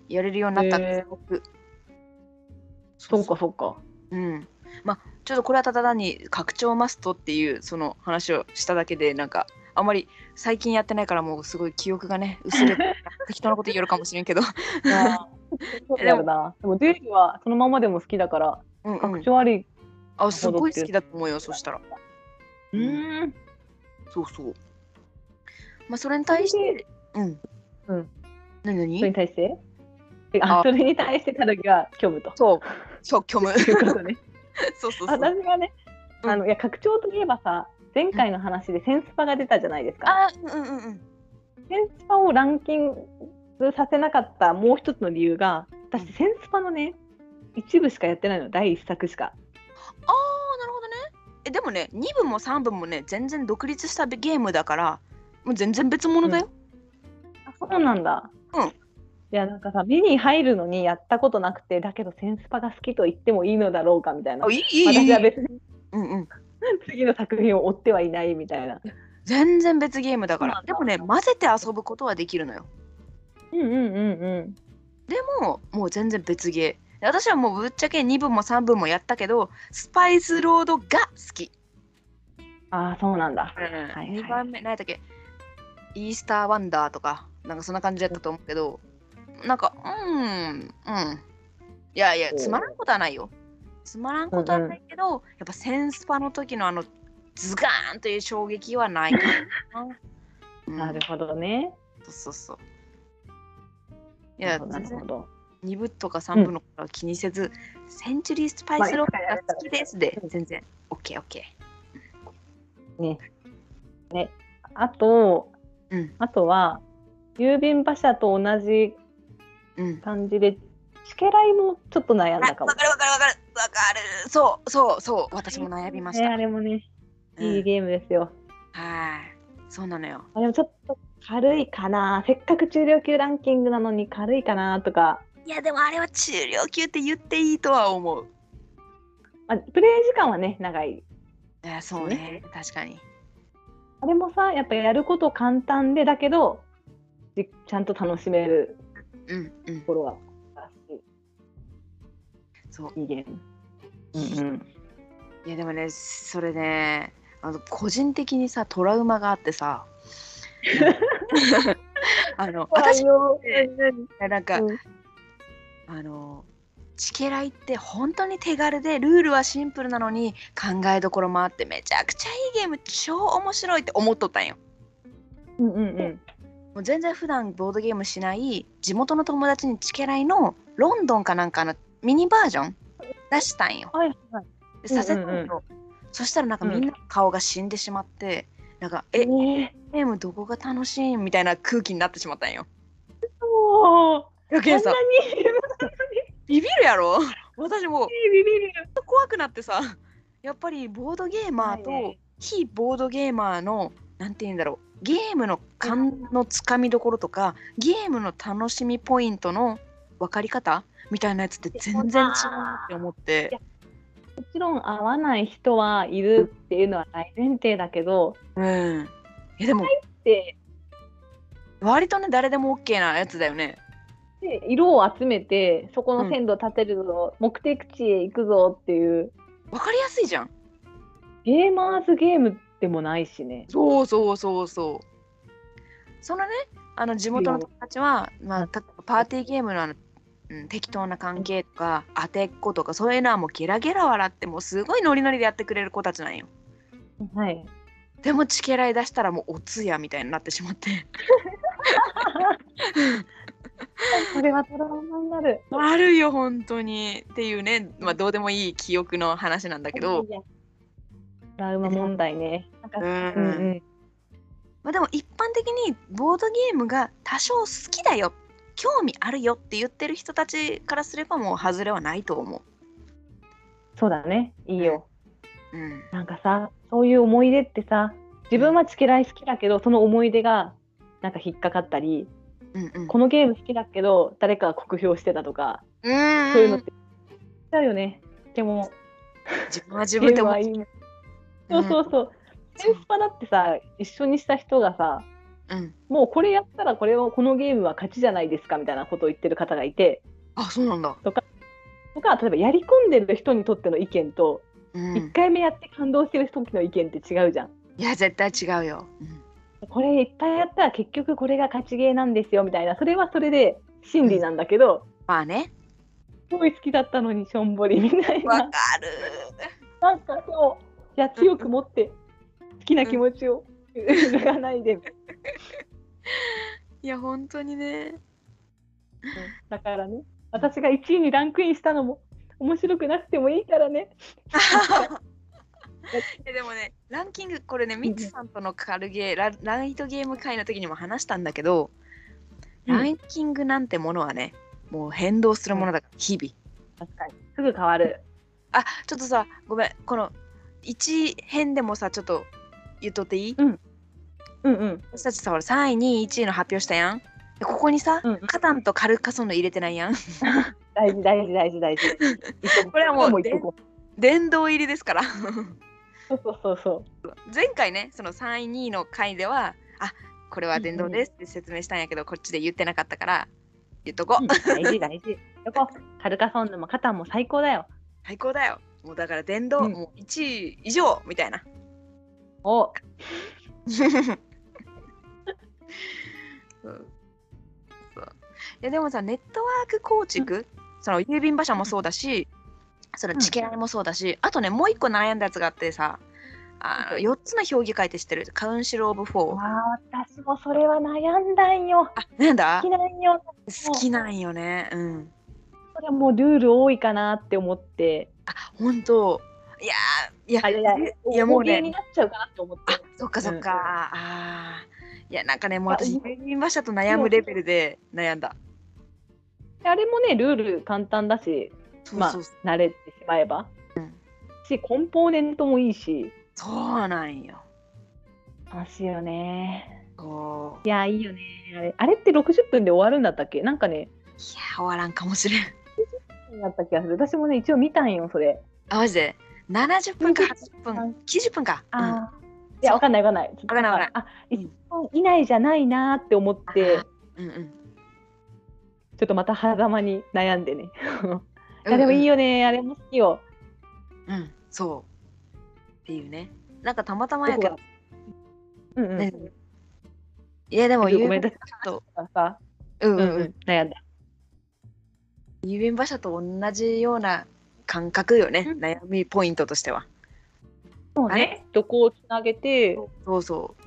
[SPEAKER 1] やれるようになったって
[SPEAKER 2] へー
[SPEAKER 1] すごく、
[SPEAKER 2] そうかそう *laughs* か
[SPEAKER 1] うんまあちょっとこれはただ単に拡張マストっていうその話をしただけでなんかあんまり最近やってないからもうすごい記憶が
[SPEAKER 2] *laughs*
[SPEAKER 1] ね薄れて適当なこと言えるかもしれんけど
[SPEAKER 2] あーそうだよなでもデュエルはそのままでも好きだから
[SPEAKER 1] うん、う
[SPEAKER 2] 拡
[SPEAKER 1] ん、
[SPEAKER 2] 張あり
[SPEAKER 1] あすごい好きだと思うよそしたら
[SPEAKER 2] うーん
[SPEAKER 1] そうそうまあそれに対してうん
[SPEAKER 2] うん
[SPEAKER 1] 何
[SPEAKER 2] それ
[SPEAKER 1] 何
[SPEAKER 2] に対してえあ
[SPEAKER 1] あ
[SPEAKER 2] それに対してただけは虚無 *laughs* と
[SPEAKER 1] そう虚虚無
[SPEAKER 2] いうことね
[SPEAKER 1] *laughs* そうそうそう
[SPEAKER 2] *laughs* 私がね、
[SPEAKER 1] うん
[SPEAKER 2] あのいや拡張といえばさ前回の話でセンスパが出たじゃないですか、
[SPEAKER 1] あーうんうんうん
[SPEAKER 2] センスパをランキングさせなかったもう一つの理由が私センスパのね一部しかやってないの第一作しか
[SPEAKER 1] ああなるほどねえでもね2部も3部もね全然独立したゲームだからもう全然別物だよ、
[SPEAKER 2] あそうなんだ
[SPEAKER 1] うん
[SPEAKER 2] いやなんかさ目に入るのにやったことなくてだけどセンスパが好きと言ってもいいのだろうかみたいない
[SPEAKER 1] いいいいい
[SPEAKER 2] 私
[SPEAKER 1] い
[SPEAKER 2] は別に
[SPEAKER 1] うんうん、
[SPEAKER 2] 次の作品を追ってはいないみたいな
[SPEAKER 1] 全然別ゲームだから
[SPEAKER 2] そう
[SPEAKER 1] で
[SPEAKER 2] な
[SPEAKER 1] も
[SPEAKER 2] んだ
[SPEAKER 1] ね混ぜて遊ぶことはできるのよ
[SPEAKER 2] うんうんうんうん
[SPEAKER 1] でももう全然別ゲーで私はもうぶっちゃけ2部も3部もやったけどスパイスロードが好き、
[SPEAKER 2] ああそうなんだ、
[SPEAKER 1] うん
[SPEAKER 2] はい
[SPEAKER 1] 2番目何やったっけイースターワンダーとかなんかそんな感じだったと思うけどなんかうんうんいやいや
[SPEAKER 2] おう
[SPEAKER 1] つまらんことはないよつまらんことはないけど、やっぱセンスパの時のあのズガーンという衝撃はない
[SPEAKER 2] *laughs*
[SPEAKER 1] かな、うん
[SPEAKER 2] なるほどね
[SPEAKER 1] そうそうそう。い
[SPEAKER 2] い
[SPEAKER 1] や、
[SPEAKER 2] な
[SPEAKER 1] 全
[SPEAKER 2] るほ
[SPEAKER 1] 然
[SPEAKER 2] ど
[SPEAKER 1] 2部とか3部のことは気にせず、センチュリースパイスロードが好きですで、全然 OKOK。
[SPEAKER 2] あと、
[SPEAKER 1] うん
[SPEAKER 2] あとは郵便馬車と同じ
[SPEAKER 1] うん。
[SPEAKER 2] 感じでチケライもちょっと悩ん
[SPEAKER 1] あ
[SPEAKER 2] だかも
[SPEAKER 1] わ。かるわかるわかるわかる。そうそうそう。私も悩みまし
[SPEAKER 2] ね
[SPEAKER 1] た。
[SPEAKER 2] あれもね
[SPEAKER 1] うん
[SPEAKER 2] いいゲームですよ。
[SPEAKER 1] はい。そうなのよ。
[SPEAKER 2] あれもちょっと軽いかなせっかく中量級ランキングなのに軽いかなとか、
[SPEAKER 1] いや、でもあれは中量級って言っていいとは思う。
[SPEAKER 2] まあ、プレイ時間はね長い
[SPEAKER 1] いやそうね。確かに。
[SPEAKER 2] あれもさ、やっぱやること簡単でだけど、じちゃんと楽しめる
[SPEAKER 1] うんうん
[SPEAKER 2] ところは素
[SPEAKER 1] そう
[SPEAKER 2] 晴らしいいいゲーム。うんうん。
[SPEAKER 1] いやでもねそれねあの個人的にさトラウマがあって
[SPEAKER 2] *laughs*
[SPEAKER 1] さ *laughs* あの私
[SPEAKER 2] も、
[SPEAKER 1] なんか、
[SPEAKER 2] うん
[SPEAKER 1] あのチケライって本当に手軽でルールはシンプルなのに考えどころもあってめちゃくちゃいいゲーム超面白いって思っとったんよ。
[SPEAKER 2] うんうんうん。
[SPEAKER 1] もう全然普段ボードゲームしない地元の友達にチケライのロンドンかなんかのミニバージョン出したんよ。
[SPEAKER 2] はいはい。
[SPEAKER 1] でさせたの、
[SPEAKER 2] うんうん
[SPEAKER 1] そしたらなんかみんなの顔が死んでしまって、なんか「え
[SPEAKER 2] え
[SPEAKER 1] ゲームどこが楽しいん?」みたいな空気になってしまったんよ。
[SPEAKER 2] ー、もう、
[SPEAKER 1] よ
[SPEAKER 2] こんな
[SPEAKER 1] け
[SPEAKER 2] に
[SPEAKER 1] んさビビるやろ *laughs* 私もう
[SPEAKER 2] ビビる。
[SPEAKER 1] 怖くなってさやっぱりボードゲーマー
[SPEAKER 2] はいは
[SPEAKER 1] と
[SPEAKER 2] い
[SPEAKER 1] 非ボードゲーマーのなんて言うんだろうゲームの勘のつかみどころとかゲームの楽しみポイントの分かり方みたいなやつって全然違うなって思って
[SPEAKER 2] いやもちろん合わない人はいるっていうのは大前提だけど、
[SPEAKER 1] うんいやでも
[SPEAKER 2] で
[SPEAKER 1] 割とね誰でも OK なやつだよね
[SPEAKER 2] で色を集めてそこの線路立てるぞ、目的地へ行くぞっていう
[SPEAKER 1] 分かりやすいじゃん
[SPEAKER 2] ゲーマーズゲームでもないしね。
[SPEAKER 1] そうそうそうそうそのねあの地元の友達は、まあ、たパーティーゲームのあの、うん、適当な関係とか当てっことかそういうのはもうゲラゲラ笑ってもうすごいノリノリでやってくれる子たちなんよ
[SPEAKER 2] はい。
[SPEAKER 1] でもチケライ出したらもうお通夜みたいになってしまって
[SPEAKER 2] これはトラウマになる。
[SPEAKER 1] *laughs* 悪いよ本当にっていうね、まあ、どうでもいい記憶の話なんだけど
[SPEAKER 2] いやトラウマ問題ね。なんか
[SPEAKER 1] う
[SPEAKER 2] うんうんん。
[SPEAKER 1] まあ、でも一般的にボードゲームが多少好きだよ興味あるよって言ってる人たちからすればもう外れはないと思
[SPEAKER 2] そうだね。いいよ。
[SPEAKER 1] う。うん
[SPEAKER 2] なんかさ、そういう思い出ってさ、自分はチケライ好きだけど、その思い出がなんか引っかかったり、
[SPEAKER 1] うんうん、
[SPEAKER 2] このゲーム好きだけど誰かが酷評してたとか、
[SPEAKER 1] うーん
[SPEAKER 2] そういうのってあるよね。でも
[SPEAKER 1] 自分は自
[SPEAKER 2] ゲ
[SPEAKER 1] 分で
[SPEAKER 2] ー
[SPEAKER 1] も
[SPEAKER 2] ム *laughs* はいいね。そうそうそう。センスパだってさ一緒にした人がさ
[SPEAKER 1] うん、
[SPEAKER 2] もうこれやったらこれをこのゲームは勝ちじゃないですかみたいなことを言ってる方がいて
[SPEAKER 1] あそうなんだ、
[SPEAKER 2] とか例えばやり込んでる人にとっての意見と、
[SPEAKER 1] うん、
[SPEAKER 2] 一1回目やって感動してる時の意見って違うじゃん。
[SPEAKER 1] いや絶対違うよ、うん
[SPEAKER 2] これいっぱいやったら結局これが勝ちゲーなんですよみたいなそれはそれで真理なんだけど、
[SPEAKER 1] まあ
[SPEAKER 2] *laughs*
[SPEAKER 1] ね
[SPEAKER 2] すごい好きだったのにしょんぼりみたい
[SPEAKER 1] わ
[SPEAKER 2] な
[SPEAKER 1] かる
[SPEAKER 2] なんかそういや強く持って好きな気持ちを揺らがないで
[SPEAKER 1] いや本当に
[SPEAKER 2] *laughs*
[SPEAKER 1] ね
[SPEAKER 2] だからね私が1位にランクインしたのも面白くなくてもいいからね。
[SPEAKER 1] いやでもねランキングこれねミッツさんとの軽ゲーラライトゲーム会の時にも話したんだけど、
[SPEAKER 2] うん
[SPEAKER 1] ランキングなんてものはねもう変動するものだから日々
[SPEAKER 2] 確かにすぐ変わる。
[SPEAKER 1] あちょっとさごめんこの1編でもさちょっと言っとっていい、
[SPEAKER 2] うんうんうん。
[SPEAKER 1] 私たちさほら3位2位1位の発表したやんでここにさ、
[SPEAKER 2] うんうん
[SPEAKER 1] カタンとカルカソンヌ入れてないやん *laughs*
[SPEAKER 2] 大事大事大事大事。
[SPEAKER 1] これはもう
[SPEAKER 2] 一個一個一個
[SPEAKER 1] 殿堂入りですから *laughs*
[SPEAKER 2] そうそうそうそう。
[SPEAKER 1] 前回ねその3位2位の回ではあこれは殿堂ですって説明したんやけど、こっちで言ってなかったから言っとこう、
[SPEAKER 2] うん大事大事。やっぱカルカソンヌもカタンも最高だよ。
[SPEAKER 1] 最高だよもうだから殿堂、
[SPEAKER 2] うん
[SPEAKER 1] もう1位以上みたいな
[SPEAKER 2] お
[SPEAKER 1] そうそういやでもさネットワーク構築、その郵便馬車もそうだし、そのチケライもそうだし、あとねもう一個悩んだやつがあってさあの4つの評議会って知ってるカウンシル・オブ・フォー
[SPEAKER 2] あ私もそれは悩んだんよ。
[SPEAKER 1] あなんだ
[SPEAKER 2] 好きなんよ。
[SPEAKER 1] 好きなんよねうん
[SPEAKER 2] それもうルール多いかなって思って。
[SPEAKER 1] 本当いやーいや
[SPEAKER 2] あいやいや
[SPEAKER 1] いやもう
[SPEAKER 2] 大喜利に
[SPEAKER 1] ね
[SPEAKER 2] なっちゃうかなと思って。
[SPEAKER 1] そっかそっか、
[SPEAKER 2] うん
[SPEAKER 1] あーいやなんかねもう
[SPEAKER 2] あ
[SPEAKER 1] 私
[SPEAKER 2] うん
[SPEAKER 1] 郵便馬車と悩むレベルで悩んだ
[SPEAKER 2] あれもねルール簡単だし
[SPEAKER 1] そう
[SPEAKER 2] まあ
[SPEAKER 1] そう
[SPEAKER 2] 慣れてしまえば、しコンポーネントもいいし
[SPEAKER 1] そうなんよ
[SPEAKER 2] 楽しいよね
[SPEAKER 1] こう
[SPEAKER 2] いやいいよねあれあれって60分で終わるんだったっけなんかね
[SPEAKER 1] いやー終わらんかもしれん *laughs*
[SPEAKER 2] だった気がする私もね一応見たんよそれ
[SPEAKER 1] あマジで70分か80分90分か、うん、
[SPEAKER 2] あ、いや、わかんないわかんない。わ
[SPEAKER 1] かんないわかん
[SPEAKER 2] あ、1分以内じゃないなーって思って、
[SPEAKER 1] うんうん。
[SPEAKER 2] ちょっとまた狭間に悩んでね。い
[SPEAKER 1] うんう
[SPEAKER 2] や、
[SPEAKER 1] ん
[SPEAKER 2] でもいいよね、あれも好きよ。
[SPEAKER 1] うん、そう。っていうね。なんかたまたま
[SPEAKER 2] ど
[SPEAKER 1] や
[SPEAKER 2] こ
[SPEAKER 1] け
[SPEAKER 2] が
[SPEAKER 1] ど。
[SPEAKER 2] うんうん。
[SPEAKER 1] ねいやでも
[SPEAKER 2] ちょっ
[SPEAKER 1] 郵
[SPEAKER 2] とごめ
[SPEAKER 1] 便
[SPEAKER 2] んな
[SPEAKER 1] 馬
[SPEAKER 2] さ
[SPEAKER 1] 車
[SPEAKER 2] い
[SPEAKER 1] と、
[SPEAKER 2] さ、
[SPEAKER 1] うんう
[SPEAKER 2] う
[SPEAKER 1] んん
[SPEAKER 2] う
[SPEAKER 1] うん
[SPEAKER 2] ん、悩んだ。
[SPEAKER 1] 郵便馬車と同じような感覚よね、
[SPEAKER 2] うん
[SPEAKER 1] 悩みポイントとしては。
[SPEAKER 2] そうね。どこをつなげて、
[SPEAKER 1] そうそう。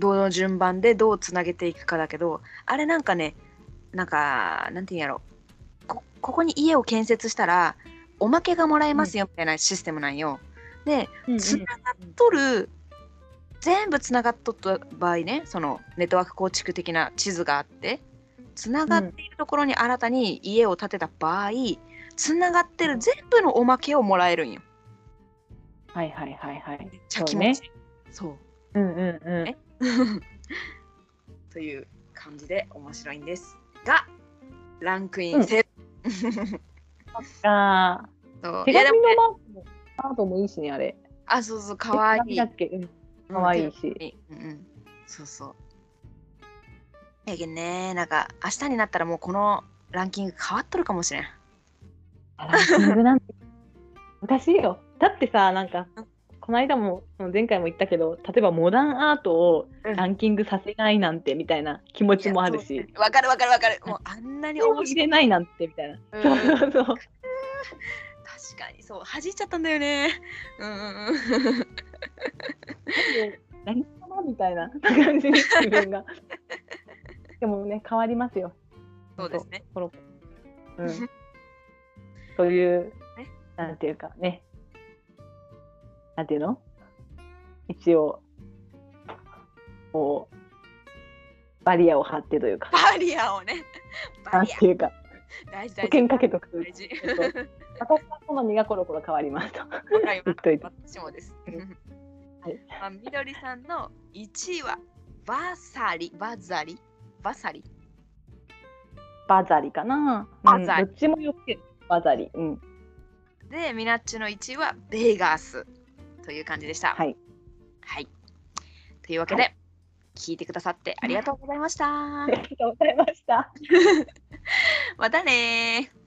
[SPEAKER 1] どの順番でどうつなげていくかだけど、あれなんかね、なんか、なんて言うんやろこ。ここに家を建設したら、おまけがもらえますよみたいなシステムなんよ。で、
[SPEAKER 2] うんうん
[SPEAKER 1] つながっとる全部つながっとった場合ねそのネットワーク構築的な地図があってつながっているところに新たに家を建てた場合つながってる全部のおまけをもらえるんよ。
[SPEAKER 2] はいはいはいはい。
[SPEAKER 1] めっちゃ
[SPEAKER 2] そ
[SPEAKER 1] 気
[SPEAKER 2] う
[SPEAKER 1] 持
[SPEAKER 2] ね
[SPEAKER 1] ちいい。そう,、
[SPEAKER 2] うんうんうん
[SPEAKER 1] え。 *laughs* という感じで面白いんですがランクインせ、 *laughs*
[SPEAKER 2] ああ。
[SPEAKER 1] そう
[SPEAKER 2] 手
[SPEAKER 1] いやで
[SPEAKER 2] 紙
[SPEAKER 1] も
[SPEAKER 2] の
[SPEAKER 1] ね
[SPEAKER 2] マークも、カードもいいしね、あれ。
[SPEAKER 1] あそうそうかわい
[SPEAKER 2] 手紙
[SPEAKER 1] い
[SPEAKER 2] だ。っけうん。かわいいし。
[SPEAKER 1] うんうん、そうそう。やけんね、なんか明日になったらもうこのランキング変わっとるかもしれん。
[SPEAKER 2] ランキングなんて難しいよ。だってさ、なんか、この間も、前回も言ったけど、例えばモダンアートをランキングさせないなんてみたいな気持ちもある
[SPEAKER 1] いや
[SPEAKER 2] し、
[SPEAKER 1] そうわかるわかるわかる。もうあんなに
[SPEAKER 2] 手を
[SPEAKER 1] 面
[SPEAKER 2] 入
[SPEAKER 1] 白い。
[SPEAKER 2] れないなんてみたいな。
[SPEAKER 1] うん
[SPEAKER 2] そう
[SPEAKER 1] 確
[SPEAKER 2] そうそう。
[SPEAKER 1] かにそう、弾いちゃったんだよね。うんうんうん。
[SPEAKER 2] 何様みたいな感じに自分が。でもね、変わりますよ。
[SPEAKER 1] そうですね。
[SPEAKER 2] このうん、という
[SPEAKER 1] ね、
[SPEAKER 2] なんていうかね、なんていうの一応、こう、バリアを張ってというか、
[SPEAKER 1] *laughs* バリアをね。
[SPEAKER 2] な
[SPEAKER 1] バ
[SPEAKER 2] ん
[SPEAKER 1] リア
[SPEAKER 2] ていうか、
[SPEAKER 1] 大事大事。
[SPEAKER 2] 保険かけとく。
[SPEAKER 1] 大事。 *laughs*
[SPEAKER 2] そうそう私は好みがコロコロ変わりますと。
[SPEAKER 1] わかり
[SPEAKER 2] 言
[SPEAKER 1] ま
[SPEAKER 2] っとい
[SPEAKER 1] す。
[SPEAKER 2] て
[SPEAKER 1] 私もです。
[SPEAKER 2] はい
[SPEAKER 1] まあ、みどりさんの1位はバサリ、バザリ、バサリ。
[SPEAKER 2] バザリかな。
[SPEAKER 1] バザリ
[SPEAKER 2] うんどっちもよくてバザリ。うん。
[SPEAKER 1] で、ミナッチの1位はベーガースという感じでした。
[SPEAKER 2] はい。
[SPEAKER 1] はい。というわけで、
[SPEAKER 2] は
[SPEAKER 1] 聞いてくださってありがとうございました
[SPEAKER 2] あ。りがとうございました。
[SPEAKER 1] またねー。